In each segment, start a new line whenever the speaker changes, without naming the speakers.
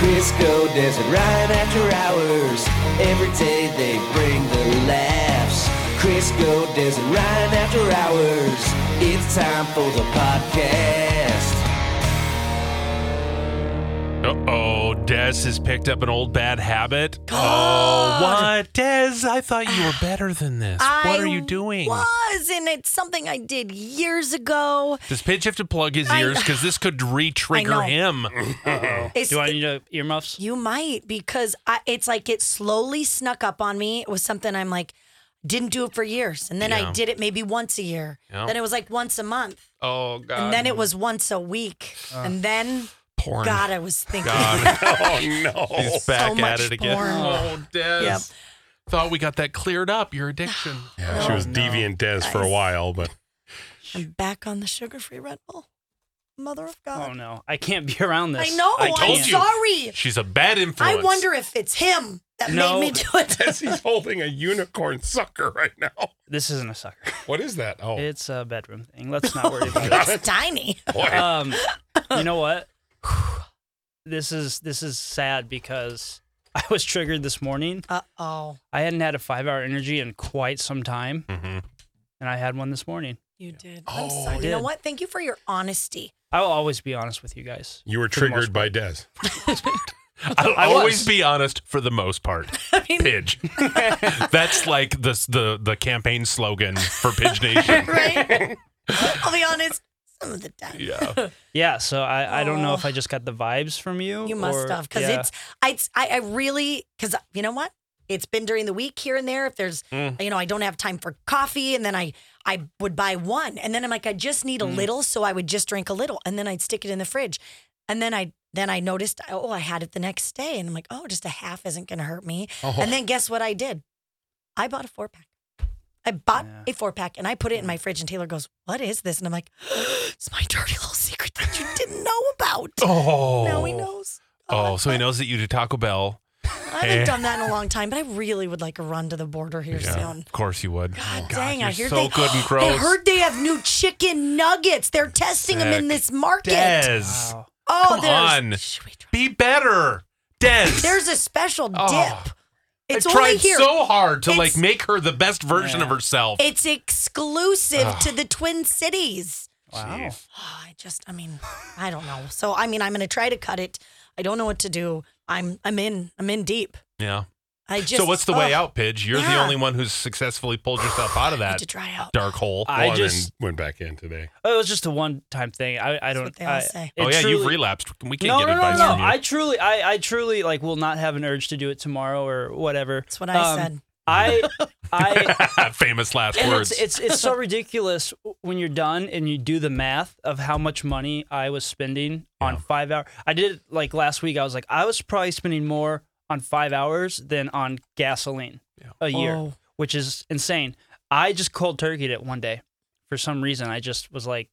Crisco Desert Ryan after hours. Every day they bring the laughs. Crisco Desert Ryan after hours. It's time for the podcast.
Uh oh, Des has picked up an old bad habit. oh, what? Des, I thought you were better than this. what
I
are you doing?
Was and it's something I did years ago.
Does Pidge have to plug his
I-
ears? Because this could re trigger
know.
him. Oh,
It's,
Do I need uh, earmuffs?
you might because I, it's like it slowly snuck up on me. It was something I'm like didn't do it for years, and then
Yeah.
I did it maybe once a year.
Yeah.
Then it was like once a month,
Oh, God.
and then it was once a week, and then
porn.
God, I was thinking.
God. oh, no. He's back at
much
it again.
porn.
Oh, Des.
Yep.
Thought we got that cleared up, your addiction.
Yeah, she was deviant Des for a
Guys.
while, but
I'm back on the sugar-free Red Bull. Mother of God!
Oh no, I can't be around this.
I know. I
told you.
am sorry.
She's a bad influence.
I wonder if it's him that
No.
made me do it.
he's holding a unicorn sucker right now.
This isn't a sucker.
What is that? Oh,
It's a bedroom thing. Let's not worry about it.
it's tiny.
boy.
Um, you know what? This is this is sad because I was triggered this morning.
Uh oh,
I hadn't had a five-hour energy in quite some time,
Mm-hmm.
Mhm.
and I had one this morning.
you did. I'm
Oh,
sorry.
I
You know
did.
what? Thank you for your honesty.
I will always be honest with you guys.
you were
for the most
triggered by Des.
I'll
I was.
always be honest for the most part. Pidge. That's like the, the the campaign slogan for Pidge Nation.
right? I'll be honest. Some of the time,
Yeah.
Yeah, so I, I don't know
Oh.
if I just got the vibes from you.
you must
or-
have because
yeah.
it's I, it's- I I really because you know what it's been during the week here and there. If there's
Mm.
you know I don't have time for coffee, and then I I would buy one, and then I'm like I just need a
Mm.
little, so I would just drink a little, and then I'd stick it in the fridge, and then I then I noticed oh I had it the next day, and I'm like oh just a half isn't gonna hurt me,
Oh.
and then guess what I did? I bought a four pack. I bought a
Yeah.
four pack and I put it in my fridge, and Taylor goes, "What is this?" And I'm like, "It's my dirty little secret that you didn't know about."
Oh.
Now he knows.
Oh, so he
I-
knows that you do Taco Bell.
I
Eh.
haven't done that in a long time, but I really would like a run to the border here soon.
Of course you would. Oh,
God dang,
you're
I hear
so
they,
good and gross.
I heard they have new chicken nuggets. They're testing them
Sick.
in this market.
Des,
Wow.
Oh,
Come
there's,
on.
Should we try-
be better. Des,
there's a special dip.
Oh.
it's
I
only
tried
here.
so hard to
It's-
like make her the best version of
Yeah.
herself.
it's exclusive to the Twin Cities.
Wow.
Oh, I just, I mean, I don't know. So, I mean, I'm going to try to cut it. I don't know what to do. I'm, I'm in, I'm in deep.
yeah.
I just.
so what's the way
ugh,
out, Pidge? You're the
Yeah.
only one who's successfully pulled yourself out of
I need
that
to try out.
dark hole.
I
Well, and then
just
went back in today.
Oh, it was just a one-time thing. I, I
That's
don't.
what they all
I-
say.
it
oh yeah, you've
truly-
relapsed. We can't
no,
get
no, no,
advice
no.
from you.
I truly, I, I truly like will not have an urge to do it tomorrow or whatever.
That's what I
Um,
said.
I, I,
Famous last
and
words.
it's, it's it's so ridiculous when you're done and you do the math of how much money I was spending on five hour. I did it like last week. I was like, I was probably spending more on five hours than on gasoline a year,
Oh.
which is insane. I just cold turkeyed it one day for some reason. I just was like,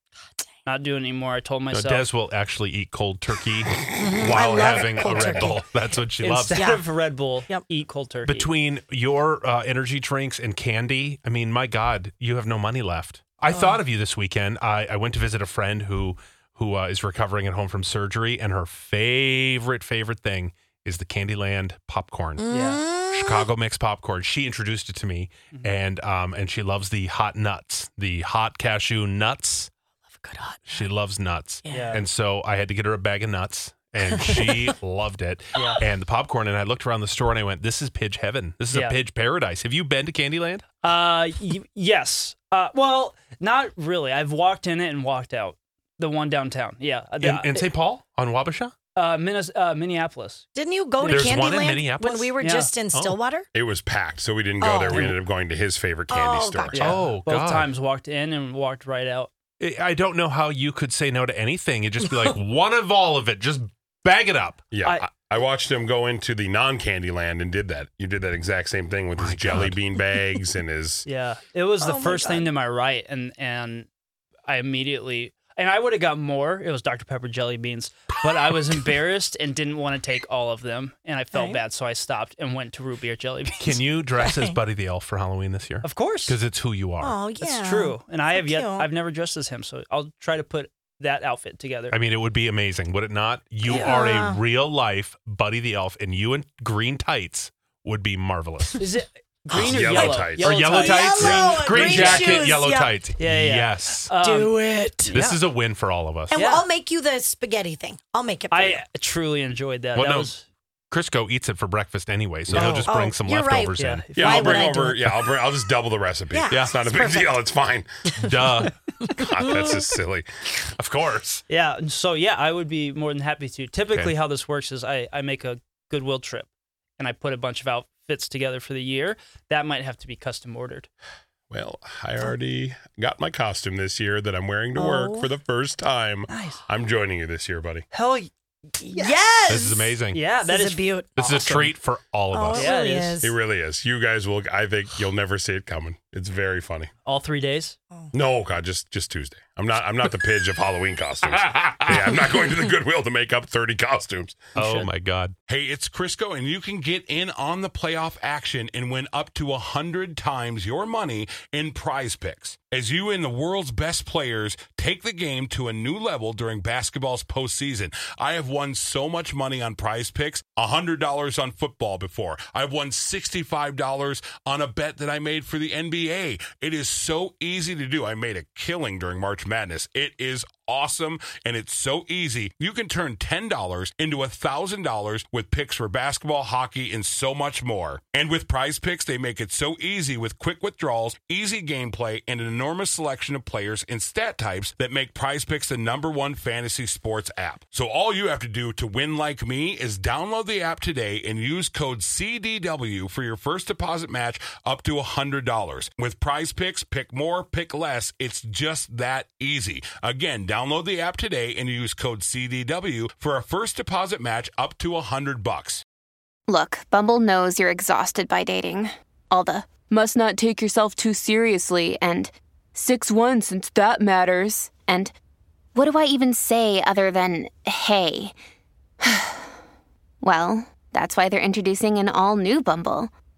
not doing it anymore. I told
No,
myself.
Des will actually eat cold turkey
I
while
love
having a
cold
Red
turkey.
Bull. That's what she loves.
Instead
Yeah.
of Red Bull,
Yep.
eat cold turkey.
between your uh, energy drinks and candy, I mean, my God, you have no money left. I thought of you this weekend. I, I went to visit a friend who who uh, is recovering at home from surgery, and her favorite favorite thing is the Candyland popcorn.
yeah.
Chicago mix popcorn. She introduced it to me, and um, and she loves the hot nuts, the hot cashew nuts.
Love a good hot.
She loves nuts.
Yeah.
And so I had to get her a bag of nuts, and she loved it.
Yeah.
And the popcorn. And I looked around the store and I went, "This is Pidge heaven. This is
Yeah.
a Pidge paradise." Have you been to Candyland?
Uh, y- yes. Uh, well, not really. I've walked in it and walked out. The one downtown. Yeah. Uh,
In,
the-
in St. Paul on Wabasha?
uh, Minnes- uh, Minneapolis.
Didn't you go to
There's
Candyland
one in Minneapolis? Oh.
when we were
Yeah.
just in Stillwater?
It was packed, so we didn't go
Oh.
there. We ended up going to his favorite candy
Oh,
store.
gotcha.
Yeah.
Oh,
Both
God.
times walked in and walked right out.
I- I don't know how you could say no to anything. It'd just be like one of all of it. Just bag it up.
Yeah,
I-
I, I watched him go into the non-candy land and did that. You did that exact same thing with his jelly bean bags and his.
Yeah, it was the
Oh my
first thing
God.
to my right, and and I immediately and I would have got more. It was Dr Pepper jelly beans, but I was embarrassed and didn't want to take all of them, and I felt
Right.
bad, so I stopped and went to root beer jelly beans.
Can you dress as Buddy the Elf for Halloween this year?
Of course,
Because it's who you are.
Oh yeah,
that's true. And I
So
have yet
cute.
I've never dressed as him, so I'll try to put that outfit together.
I mean, it would be amazing, would it not? You are a
Yeah.
real life Buddy the Elf, and you in green tights would be marvelous.
Is it
Oh,
green or
Yellow
yellow?
tights.
or yellow tights,
Yellow,
green,
green
jacket,
shoes,
yellow
yeah.
tights.
Yeah, yeah, yeah.
Yes.
Um,
Do it.
this
yeah.
is a win for all of us.
And
Yeah.
I'll make you the spaghetti thing. I'll make it. For you.
I truly enjoyed that.
Well,
that
no,
was
Crisco eats it for breakfast anyway, so
Yeah.
he'll just
Oh,
bring some
you're right.
leftovers
yeah. if
Yeah,
Why
I'll
would
bring
I do
over.
it?
Yeah, I'll bring. I'll just double the recipe.
Yeah,
it's not a
it's
big
perfect.
deal. It's fine.
in. Duh.
God, that's just silly.
of course.
Yeah. and So yeah, I would be more than happy to. Typically,
Okay.
how this works is I, I make a goodwill trip, and I put a bunch of outfits together for the year. That might have to be custom ordered.
Well, I already got my costume this year that I'm wearing to
Oh.
work for the first time.
Nice.
I'm joining you this year, buddy.
Hell y-
yes.
This is amazing.
yeah,
This
that
is
is
a beaut.
This is a
Awesome.
treat for all of
Oh,
us.
Yeah,
it
it
really
is.
is.
It really is. You guys will. I think you'll never see it coming. It's very funny.
all three days.
Oh.
No, God, just just Tuesday. I'm not. I'm not the pidge of Halloween costumes. yeah, I'm not going to the Goodwill to make up 30 costumes.
Oh my God.
Hey, it's Crisco, and you can get in on the playoff action and win up to 100 times your money in prize picks. As you and the world's best players take the game to a new level during basketball's postseason, I have won so much money on prize picks $100 on football before. I've won $65 on a bet that I made for the NBA. It is so easy to do. I made a killing during March Madness. It is awesome and it's so easy. You can turn $10 into $1,000 with picks for basketball, hockey, and so much more. And with prize picks, they make it so easy with quick withdrawals, easy gameplay, and an enormous selection of players and stat types that make prize picks the number one fantasy sports app. So all you have to do to win like me is download the app today and use code CDW for your first deposit match up to $100. With prize picks, pick more, pick less. It's just that easy. Again, download the app today and use code CDW for a first deposit match up to 100 bucks.
Look, Bumble knows you're exhausted by dating. All the must not take yourself too seriously and 6 1 since that matters. And what do I even say other than hey? well, that's why they're introducing an all new Bumble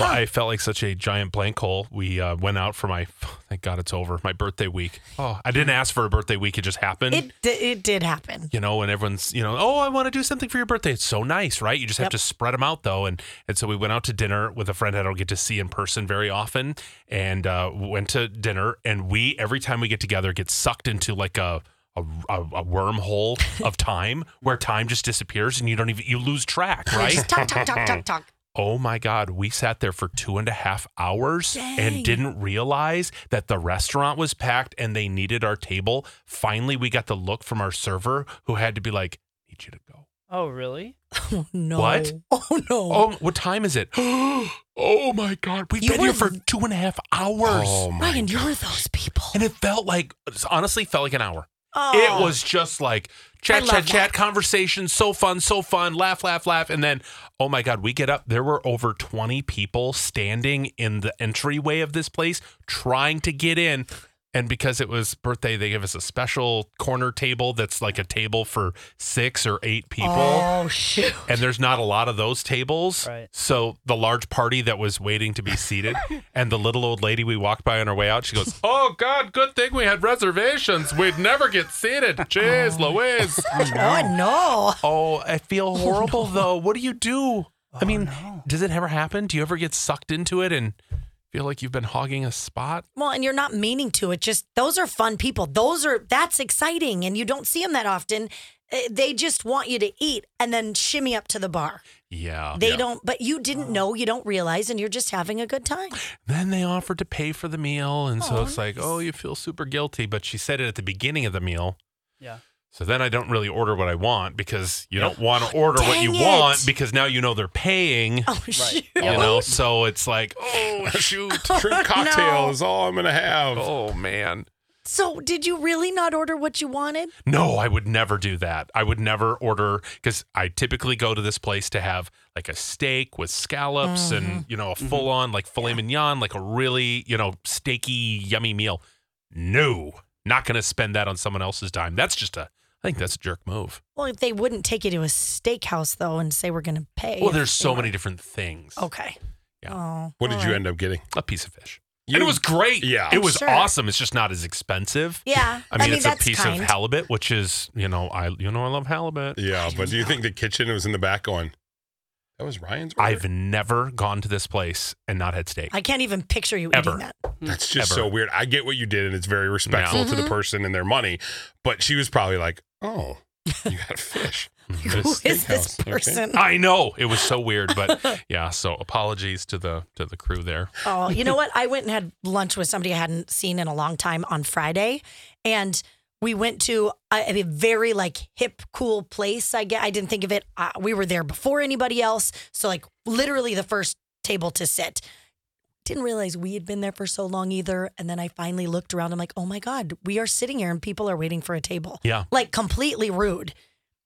Well, I felt like such a giant blank hole. We uh, went out for my, thank God it's over, my birthday week. Oh, I didn't ask for a birthday week. It just happened.
It di- it did happen.
you know, and everyone's, you know, oh, I want to do something for your birthday. It's so nice, right? You just have
Yep.
to spread them out though. And and so we went out to dinner with a friend I don't get to see in person very often, and uh, went to dinner. And we every time we get together get sucked into like a a, a, a wormhole of time where time just disappears and you don't even you lose track, right?
Just talk, talk, talk, talk, talk.
Oh my God, we sat there for two and a half hours and didn't realize that the restaurant was packed and they needed our table. Finally, we got the look from our server who had to be like, need you to go.
Oh really?
Oh, no.
What?
Oh no.
Oh, what time is it? oh my God, we've
You
been here
were-
for two and a half hours.
Oh my!
Ryan, you were those people.
And it felt like, honestly, felt like an hour.
Oh.
It was just like chat,
I
chat,
love
chat,
that.
conversation, so fun, so fun, laugh, laugh, laugh. And then, oh my God, we get up. There were over 20 people standing in the entryway of this place trying to get in. And because it was birthday, they give us a special corner table that's like a table for six or eight people.
Oh shoot.
And there's not a lot of those tables.
Right.
So the large party that was waiting to be seated and the little old lady we walked by on our way out, she goes, Oh God, good thing we had reservations. We'd never get seated. Jeez Louise.
Oh no.
oh, I feel horrible though. What do you do?
Oh,
I mean, does it ever happen? Do you ever get sucked into it and feel like you've been hogging a spot?
Well, and you're not meaning to. It just those are fun people. Those are that's exciting, and you don't see them that often. Uh, They just want you to eat and then shimmy up to the bar.
Oh, Yeah.
They don't, but you didn't
Uh-huh.
know, you don't realize, and you're just having a good time.
then they offered to pay for the meal. And so
Oh,
it's like,
nice.
oh, you feel super guilty. But she said it at the beginning of the meal.
Yeah.
So then I don't really order what I want because you don't want to
Oh,
order what you
dang it.
want because now you know they're paying.
Oh shoot!
You know, so it's like, oh shoot.
Shrimp cocktail is all I'm gonna have.
Oh man.
So did you really not order what you wanted?
No, I would never do that. I would never order because I typically go to this place to have like a steak with scallops and, you know, a full on like filet mignon, like a really, you know, steaky, yummy meal. No, not going to spend that on someone else's dime. That's just a, I think that's a jerk move.
Well, if they wouldn't take you to a steakhouse though, and say we're going to pay.
Well,
if
there's
they
so
were-
many different things.
Okay.
Yeah.
Oh,
What did
all
you
right.
end up getting?
A piece of fish.
You-
and it was great.
Yeah.
It was
Sure.
awesome. It's just not as expensive.
Yeah.
I mean, it's a
that's
piece
kind.
of halibut, which is, you know, I you know I love halibut.
Yeah, but do you think the kitchen was in the back going? That was Ryan's. Order?
I've never gone to this place and not had steak.
I can't even picture you
Ever.
eating that.
That's just
Ever.
so weird. I get what you did, and it's very respectful
Mm-hmm.
to the person and their money. But she was probably like, "Oh, you got a fish."
Mhm.
Who is this
steakhouse, okay.
person?
I know it was so weird, but yeah. So apologies to the to the crew there.
Oh, you know what? I went and had lunch with somebody I hadn't seen in a long time on Friday, and we went to a, a very like hip, cool place. I get. I didn't think of it. Uh, we were there before anybody else, so like literally the first table to sit. Didn't realize we had been there for so long either. And then I finally looked around. I'm like, oh my god, we are sitting here and people are waiting for a table.
Yeah.
like completely rude.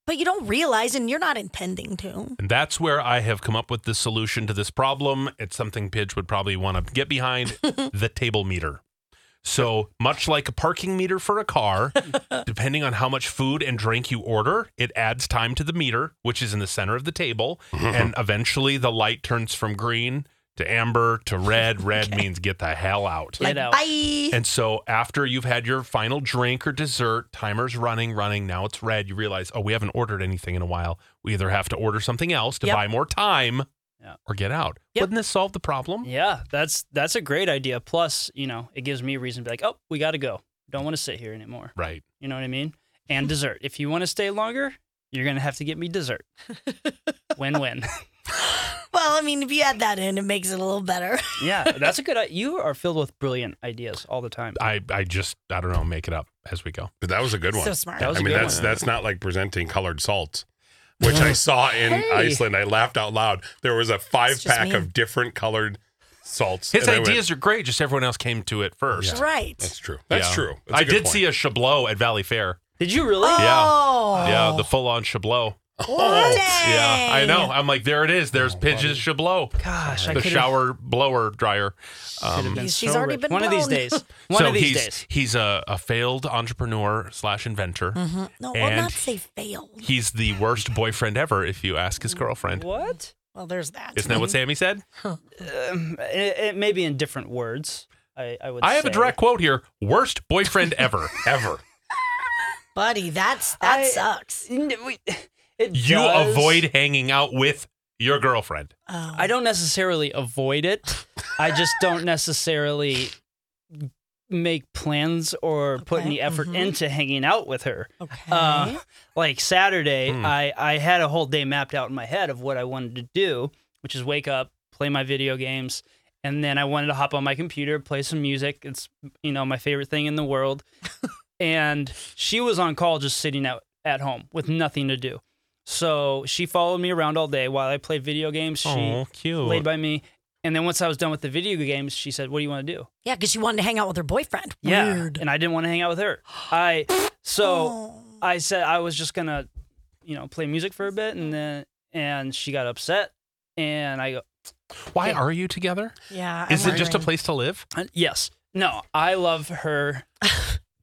But you don't realize, and you're not intending to.
And that's where I have come up with the solution to this problem. It's something Pidge would probably want to get behind the table meter. So, much like a parking meter for a car, depending on how much food and drink you order, it adds time to the meter, which is in the center of the table. and eventually the light turns from green to amber to red. Red means get the hell out.
Like,
Get out.
bye.
And so after you've had your final drink or dessert, timer's running, running. Now it's red. You realize, oh, we haven't ordered anything in a while. We either have to order something else to
Yep.
buy more time
Yeah.
or get out.
Yep.
Wouldn't this solve the problem?
Yeah, that's that's a great idea. Plus, you know, it gives me a reason to be like, oh, we got to go. Don't want to sit here anymore.
Right.
You know what I mean? And dessert. If you want to stay longer, you're gonna have to get me dessert. win win.
Well, I mean, if you add that in, it makes it a little better.
Yeah, that's a good. i- You are filled with brilliant ideas all the time.
I, I just, I don't know, make it up as we go.
But that was a good one.
So smart.
That was
I
a
mean,
good
that's
one.
that's not like presenting colored salts, which I saw in
Hey.
Iceland. I laughed out loud. There was a five
just
pack
mean.
of different colored salts.
His
and I went,
ideas are great, just everyone else came to it first.
Right.
that's true. That's
Yeah.
true.
I did see a Chablot at Valley Fair.
Did you really?
Oh.
Yeah, the full on Chablot. Yeah, I know. I'm like, there it is.
Oh,
There's Pidge's Chablot.
Gosh, I
the
could
shower um, blower dryer.
Could have been
She's
so
already
rich.
been
one of these
blown.
days. One
so
of these
he's
days.
he's a, a failed entrepreneur slash inventor.
Mm-hmm.
Mhm. No, well,
And-
not say failed.
He's the worst boyfriend ever, if you ask his girlfriend.
What?
Well, there's that.
Isn't
Mm-hmm.
that what Sammy said?
Um, it, it may be in different words. I, I would.
I have a
say.
direct quote here: "Worst boyfriend ever, ever.
Buddy, that's that
I-
sucks.
N- we- It
You
does.
avoid hanging out with your girlfriend."
Oh.
I don't necessarily avoid it. I just don't necessarily make plans or put
Okay,
any effort
mhm.
into hanging out with her.
Okay.
Uh, like Saturday,
Hmm.
I, I had a whole day mapped out in my head of what I wanted to do, which is wake up, play my video games, and then I wanted to hop on my computer, play some music. It's you know my favorite thing in the world. and she was on call, just sitting out at home with nothing to do. So she followed me around all day while I played video games. She
Oh, cute.
laid by me. And then once I was done with the video games, she said, "What do you want to do?"
yeah, because she wanted to hang out with her boyfriend. Weird.
and I didn't want to hang out with her. I so
Oh.
I said I was just gonna, you know, play music for a bit, and then and she got upset, and I go,
Why are you together?
yeah.
Is it just a
wondering.
place to live?
"Uh, "Yes, no, I love her.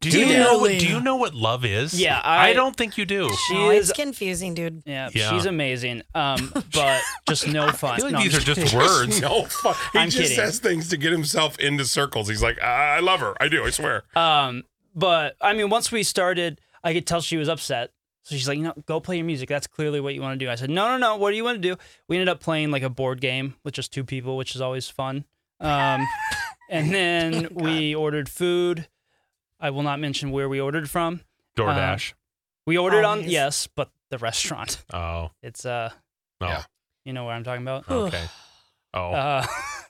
Do
Do
you
you
know?
really?
Do you know what love is?
Yeah,
I,
I-
don't think you do.
She
No,
is,
it's confusing, dude.
yeah,
Yeah.
she's amazing. Um, but just no fun.
I feel like
No, I'm
these are
just-
just words.
No, fuck. he
I'm
just
kidding.
says things to get himself into circles. He's like, I I love her. I do. I swear.
Um, but I mean, once we started, I could tell she was upset. So she's like, "No, go play your music. That's clearly what you want to do." I said, "No, no, no. What do you want to do?" We ended up playing like a board game with just two people, which is always fun. Um, and then we ordered food. I will not mention where we ordered from.
DoorDash.
We ordered on
Always.
yes, but the restaurant.
oh,
It's uh,
no.
Yeah.
you know what I'm talking about.
Okay. Oh,
Uh,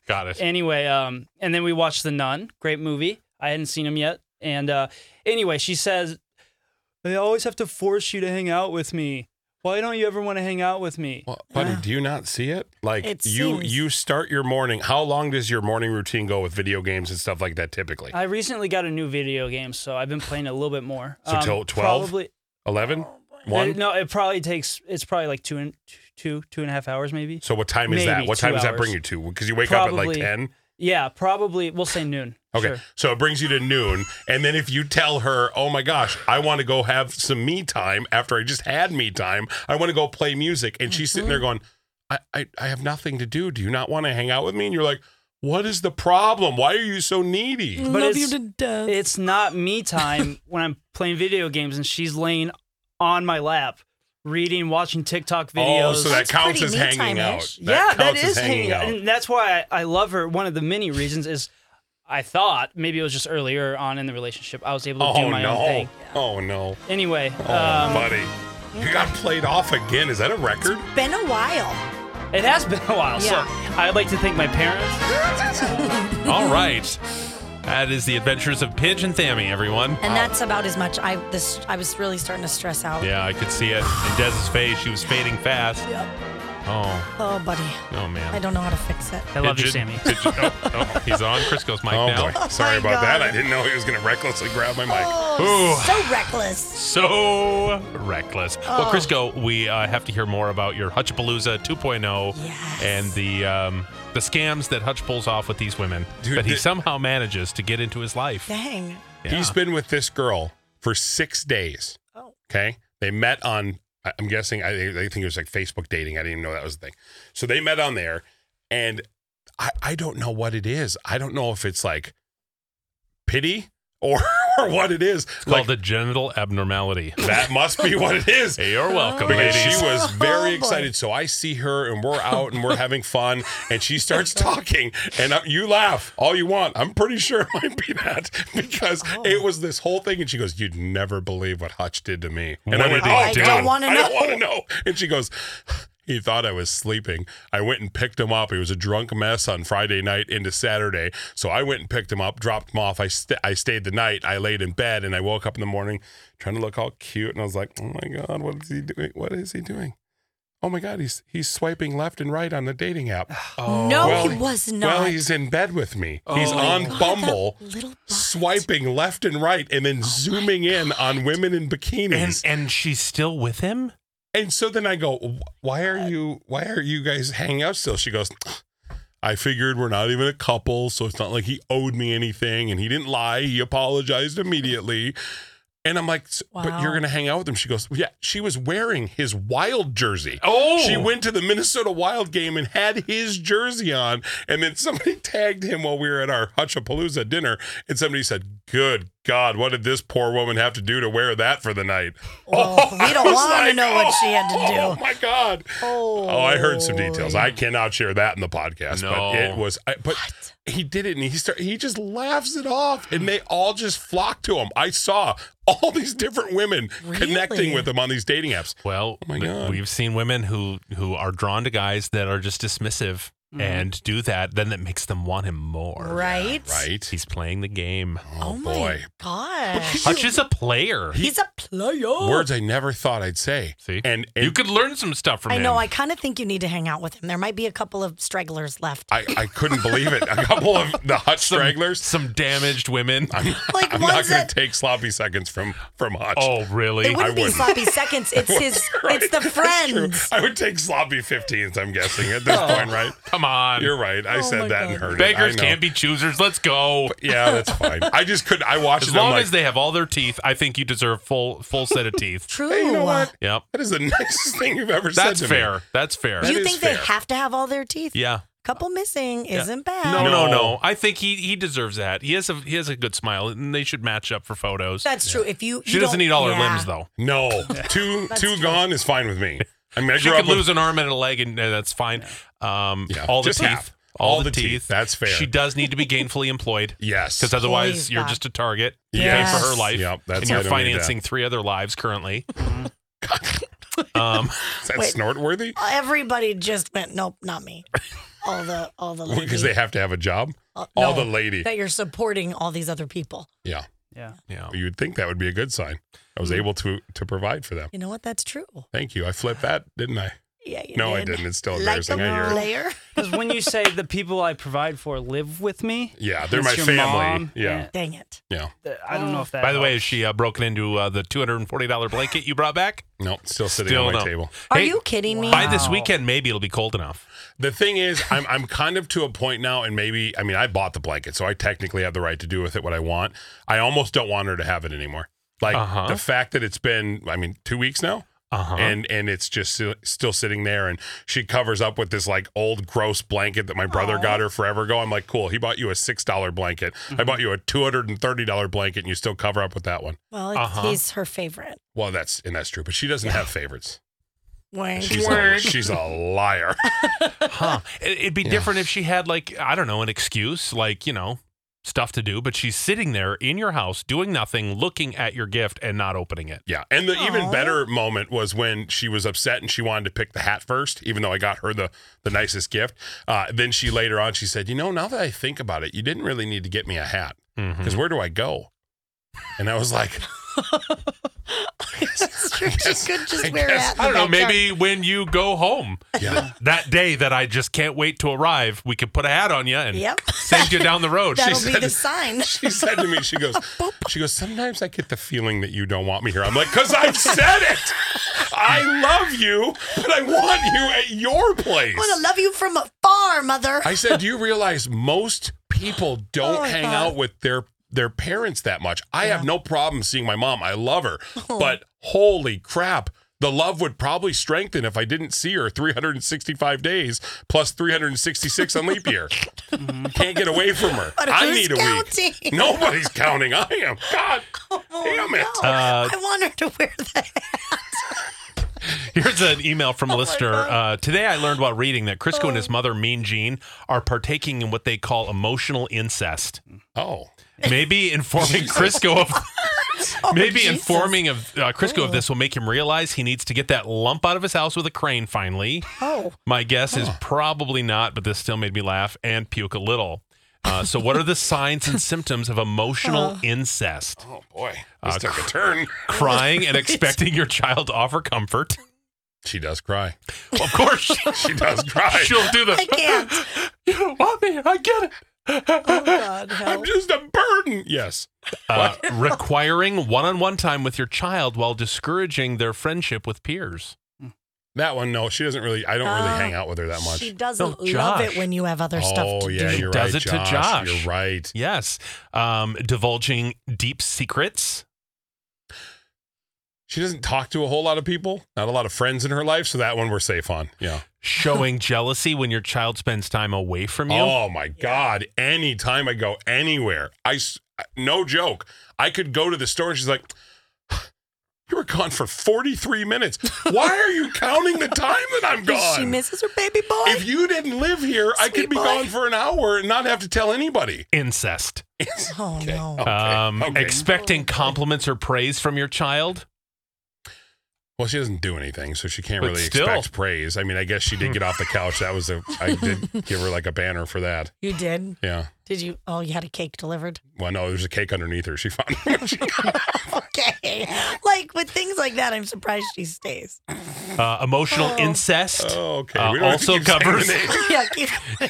got it.
anyway, um, and then we watched The Nun. Great movie. I hadn't seen him yet. And uh, anyway, she says, They always have to force you to hang out with me. Why don't you ever want to hang out with me?
Well, buddy, do you not see it? Like
It
you
seems-
you start your morning. How long does your morning routine go with video games and stuff like that typically?
I recently got a new video game, so I've been playing a little bit more. Um,
So till 12?
Probably.
11?
Uh,
1?
no, it probably takes. It's probably like two and two, two and a half hours, maybe.
So what time is
Maybe
that? What
two
time does that bring
hours.
you to? Because you wake up at like
Probably-
10.
Yeah, probably. We'll say noon.
Okay.
Sure.
So it brings you to noon. And then if you tell her, oh my gosh, I want to go have some me time after I just had me time, I want to go play music. And she's sitting there going,
Mm-hmm.
I, I, I have nothing to do. Do you not want to hang out with me? And you're like, what is the problem? Why are you so needy?
But Love you to death. It's not me time when I'm playing video games and she's laying on my lap, reading, watching TikTok videos.
Oh, so that
That's
counts as
pretty me
hanging out.
time-ish.
yeah, that
counts as
is hanging out. And that's why I, I love her. One of the many reasons is I thought maybe it was just earlier on in the relationship I was able to
Oh
do my
no.
own thing.
Oh no.
Anyway,
Oh,
um,
buddy. You got played off again. Is that a record?
Been a while.
it has been a while,
Yeah.
so I'd like to thank my parents.
All right. That is the adventures of Pidge and Thammy, everyone.
And that's about as much. I this I was really starting to stress out.
Yeah, I could see it in Dez's face. She was fading fast. Oh,
Oh, buddy,
oh man.
I don't know how to fix it.
I love you,
Pidgeon-
Sammy.
Pidgeon- oh, oh, he's on Crisco's mic
oh
now.
boy. Sorry
my
about that.
God.
I didn't know he was gonna recklessly grab my mic.
Oh, so reckless.
So reckless. Well,
Oh.
Crisco, we uh, have to hear more about your Hutchapalooza 2.0
Yes.
and the um, the scams that Hutch pulls off with these women
Dude,
that he
the-
somehow manages to get into his life.
Dang.
Yeah.
He's been with this girl for six days.
Oh.
Okay. They met on, I- I'm guessing, I, I think it was like Facebook dating. I didn't even know that was the thing. So they met on there, and I, I don't know what it is. I don't know if it's like pity or, or what it is.
called
Like,
a genital abnormality.
that must be what it is.
Hey, you're welcome,
Because
ladies.
she was very
Oh, boy.
excited. So I see her and we're out and we're having fun and she starts talking and I, you laugh all you want. I'm pretty sure it might be that because
Oh.
it was this whole thing. And she goes, You'd never believe what Hutch did to me. And
What
I went,
did he
"Oh,
do?"
I don't want
wanna
to know.
know.
And she goes, he thought I was sleeping. I went and picked him up. He was a drunk mess on Friday night into Saturday. So I went and picked him up, dropped him off. I, st- I stayed the night. I laid in bed and I woke up in the morning trying to look all cute. And I was like, oh my God, what is he doing? What is he doing? Oh my God, he's he's swiping left and right on the dating app. Oh,
No,
Well,
he was not.
Well, he's in bed with me. he's
Oh.
on
God,
Bumble,
that little bot.
swiping left and right, and then zooming in on women in bikinis.
Oh and and she's still with him?
And so then I go, "Wh- why are you why are you guys hanging out still? She goes, I figured we're not even a couple, so it's not like he owed me anything and he didn't lie. He apologized immediately. And I'm like, "S- but you're
Wow.
gonna hang out with him. She goes, Yeah, she was wearing his wild jersey.
Oh!
she went to the Minnesota Wild game and had his jersey on. And then somebody tagged him while we were at our Hutchapalooza dinner, and somebody said, Good God, what did this poor woman have to do to wear that for the night?
Oh, we
I
don't
was
wanna know what she had to
Oh
do.
my god! Oh, I heard some details. I cannot share that in the podcast.
No.
But it was. I, but he did it, and he start. He just laughs it off, and they all just flock to him. I saw all these different women connecting
Really?
with him on these dating apps.
Well,
Oh my
th-
God.
we've seen women who who are drawn to guys that are just dismissive and do that. Then that makes them want him more.
Mm-hmm. right.
Right?
He's playing the game.
oh,
Oh my
boy.
gosh.
Hutch is a player.
He's a player.
Words I never thought I'd say.
See,
and, and
you could learn some stuff from
I
him.
know. I kind of think you need to hang out with him. There might be a couple of stragglers left.
I, I couldn't believe it. A couple of the hut
some,
stragglers.
some damaged women.
I'm,
Like,
I'm not
ones
going
that-
to take sloppy seconds from from Hutch.
oh, really?
it wouldn't be
wouldn't.
sloppy seconds. It's his.
Right?
It's the
That's true.
friends.
I would take sloppy 15s, I'm guessing, at this point, right?
Oh. Come on,
You're right.
Oh
I said that and heard it. I
beggars
know.
can't be choosers. Let's go.
Yeah, that's fine. I just couldn't. I watched
As
it. I'm
long
like,
as they have all their teeth, I think you deserve full full set of teeth.
True.
hey, you know what?
Yep,
That is the nicest thing you've ever
that's
said to me.
fair. That's fair.
That
you
is
think they
fair.
have to have all their teeth?
Yeah.
Couple missing isn't bad.
No, no,
No.
no. I think he he deserves that. He has a he has a good smile, and they should match up for photos.
That's true. If you,
she
you
doesn't
don't-
need all her
yeah.
limbs though.
No, two
That's
two
true.
gone is fine with me. I mean, I
She
grew
could
up with-
lose an arm and a leg, and uh, that's fine. Um,
Yeah,
all the
just
teeth,
half. All the teeth. That's fair.
She does need to be gainfully employed
yes.
because otherwise
Please,
you're
God.
just a target. You're
Yes.
paying for her life,
Yep, that's-
and
I
you're
don't need
financing three other lives currently. um,
Is that
Wait.
snort worthy?
Everybody just went. Nope, not me. All the all the
Because they have to have a job.
Uh,
All
no,
the lady.
that you're supporting all these other people.
Yeah.
Yeah.
Yeah.
You would think that would be a good sign. I
Mm.
was able to to provide for them.
You know what? That's true.
Thank you. I flipped that, didn't I?
Yeah, you
No, I
did.
didn't. It's still
Like
embarrassing.
a
I hear it.
player.
Because when you say the people I provide for live with me,
Yeah, they're
it's
my
your
family.
mom
Yeah.
Dang it.
Yeah.
and- I don't know if that.
By the way, is
helps.
she uh, broken into uh, the two hundred and forty dollar blanket you brought back?
No, still sitting
Still
on my
no.
table.
Are
Hey,
you kidding me?
By this
Wow.
weekend, maybe it'll be cold enough.
The thing is, I'm I'm kind of to a point now, and maybe I mean I bought the blanket, so I technically have the right to do with it what I want. I almost don't want her to have it anymore. Like
Uh-huh.
the fact that it's been, I mean, two weeks now,
Uh huh.
and and it's just si- still sitting there, and she covers up with this like old gross blanket that my brother got her forever ago. I'm like, cool. He bought you a six dollar blanket. I bought you a two hundred and thirty dollar blanket, and you still cover up with that one.
well, it's,
Uh-huh.
he's her favorite.
Well, that's and that's true, but she doesn't have favorites.
Wang.
She's a, she's a liar.
huh. It, it'd be different if she had like I don't know an excuse, like you know stuff to do, but she's sitting there in your house doing nothing, looking at your gift and not opening it.
Yeah. And the even
Aw.
better moment was when she was upset and she wanted to pick the hat first, even though I got her the, the nicest gift. Uh, then she later on, she said, You know, now that I think about it, you didn't really need to get me a hat
Mhm.
because where do I go? And I was like,
That's true.
guess-
She could
I
just wear
guess-
that.
I don't know. Maybe when you go home
Yeah.
that day that I just can't wait to arrive, we could put a hat on you and
Yep.
send you down the road.
That'll
She's-
be the sign.
She said to me, She goes, She goes, Sometimes I get the feeling that you don't want me here. I'm like, Because I've said it. I love you, but I want you at your place.
I want to love you from afar, mother.
I said, "Do you realize most people don't
Oh my
hang
God.
out with their their parents that much? I have no problem seeing my mom. I love her,
Oh.
but holy crap." The love would probably strengthen if I didn't see her 365 days plus 366 on leap year. Can't get away from her.
Mm-hmm. But
I
who's
need a
counting?
week. Nobody's counting. I am. God
Oh,
damn it.
no.
Uh,
I want her to wear that.
Here's an email from a listener.
Oh God. Oh.
Uh, Today I learned while reading that Crisco and his mother, Mean Jean, are partaking in what they call emotional incest.
Oh.
Maybe informing Crisco of
Oh,
maybe
Jesus. Oh.
informing of uh, Crisco of this will make him realize he needs to get that lump out of his house with a crane. Finally,
Oh,
my guess is probably not, but this still made me laugh and puke a little. Uh, so, what are the signs and symptoms of emotional incest?
Oh, boy. This took a turn.
Crying and expecting your child to offer comfort.
She does cry.
Of course,
She does cry.
she'll do the.
I can't.
You don't want me. I get it.
Oh, God, help.
I'm just a burden. Yes.
Uh, requiring one-on-one time with your child while discouraging their friendship with peers.
That one, no, she doesn't really. I don't really
Uh,
hang out with her that much.
She doesn't
No,
love
Josh.
it when you have other
oh,
stuff to
yeah,
do.
you're
Does
right,
it to
Josh.
Josh.
You're right.
Yes, um, divulging deep secrets.
She doesn't talk to a whole lot of people. Not a lot of friends in her life, so that one we're safe on. Yeah.
Showing jealousy when your child spends time away from you.
Oh my God! Any time I go anywhere, I s- no joke. I could go to the store. and She's like, "You were gone for 43 minutes. Why are you counting the time that I'm
Because
gone?
She misses her baby boy.
if you didn't live here, I could
Sweet
be
boy.
gone for an hour and not have to tell anybody."
Incest.
oh, no.
Okay.
Um,
okay.
Expecting compliments or praise from your child.
Well, she doesn't do anything, so she can't
But
really
still.
expect praise. I mean, I guess she did get off the couch. That was a I did give her like a banner for that.
You did?
Yeah.
Did you? Oh, you had a cake delivered?
Well, no, there's a cake underneath her. She found it. She-
Okay. like, with things like that, I'm surprised she stays.
Uh, emotional
Oh.
incest.
oh, okay.
Uh,
We don't have to
also
keep saying the
covers-
name.
yeah, keep-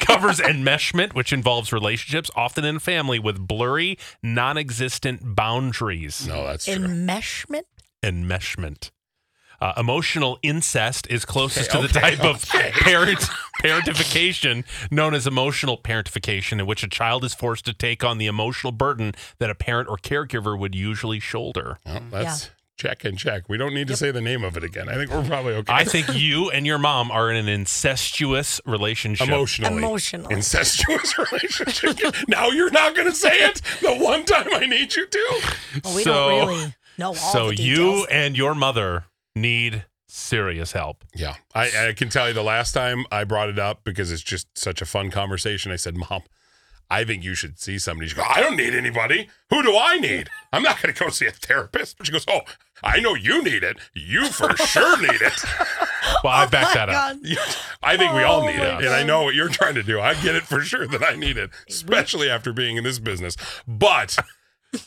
covers enmeshment, which involves relationships, often in family, with blurry, non existent boundaries.
No, that's true.
enmeshment?
Enmeshment. Uh, emotional incest is closest to
Okay,
the
okay,
type of parent, parentification known as emotional parentification, in which a child is forced to take on the emotional burden that a parent or caregiver would usually shoulder.
Mm,
Well, that's check and check. We don't need to say the name of it again. I think we're probably okay.
I think you and your mom are in an incestuous relationship.
Emotionally.
Emotionally.
Incestuous relationship. now you're not going to say it the one time I need you to.
Oh, we
So-
don't really know all
So
the
you
details.
and your mother need serious help.
Yeah. I, I can tell you the last time I brought it up because it's just such a fun conversation. I said, Mom, I think you should see somebody. She goes, I don't need anybody. Who do I need? I'm not going to go see a therapist. She goes, Oh, I know you need it. You for sure need it.
Well, I back
Oh My
that up.
God.
You- I think we all
Oh
need
my
it. And I know what you're trying to do. I get it for sure that I need it, especially after being in this business. But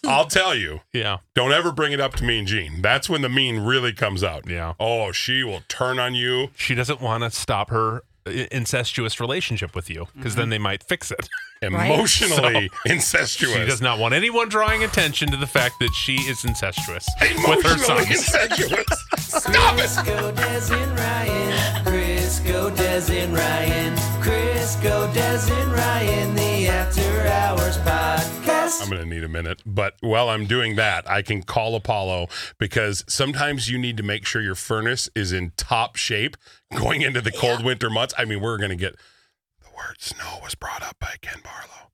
I'll tell you.
Yeah.
Don't ever bring it up to Mean Gene. That's when the mean really comes out.
Yeah.
Oh, she will turn on you.
She doesn't want to stop her i- incestuous relationship with you because then they might fix it.
Emotionally incestuous.
She does not want anyone drawing attention to the fact that she is incestuous
Emotionally
with her sons.
incestuous. Stop it.
Crisco Des and Ryan. Crisco Des and Ryan. Crisco Des and Ryan. The After Hours Podcast.
I'm going to need a minute. But while I'm doing that, I can call Apollo because sometimes you need to make sure your furnace is in top shape going into the cold winter months. I mean, we're going to get the word snow was brought up by Ken Barlow.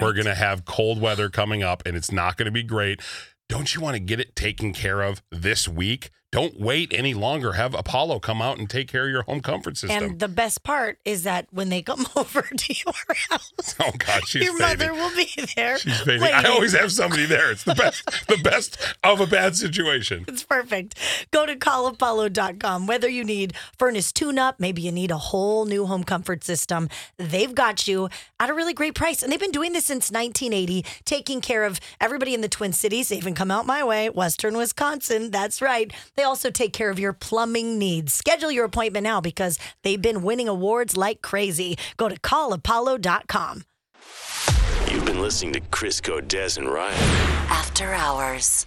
We're going to have cold weather coming up and it's not going to be great. Don't you want to get it taken care of this week? Don't wait any longer. Have Apollo come out and take care of your home comfort system.
And the best part is that when they come over to your house,
oh God, she's
your
baby.
mother will be there.
She's baby. I
waiting.
always have somebody there. It's the best, the best of a bad situation.
It's perfect. Go to callapollo.com. Whether you need furnace tune up, maybe you need a whole new home comfort system, they've got you at a really great price. And they've been doing this since 1980, taking care of everybody in the Twin Cities. They even come out my way, Western Wisconsin. That's right. They also take care of your plumbing needs. Schedule your appointment now because they've been winning awards like crazy. Go to callapollo.com.
You've been listening to Chris Godez and Ryan.
After Hours.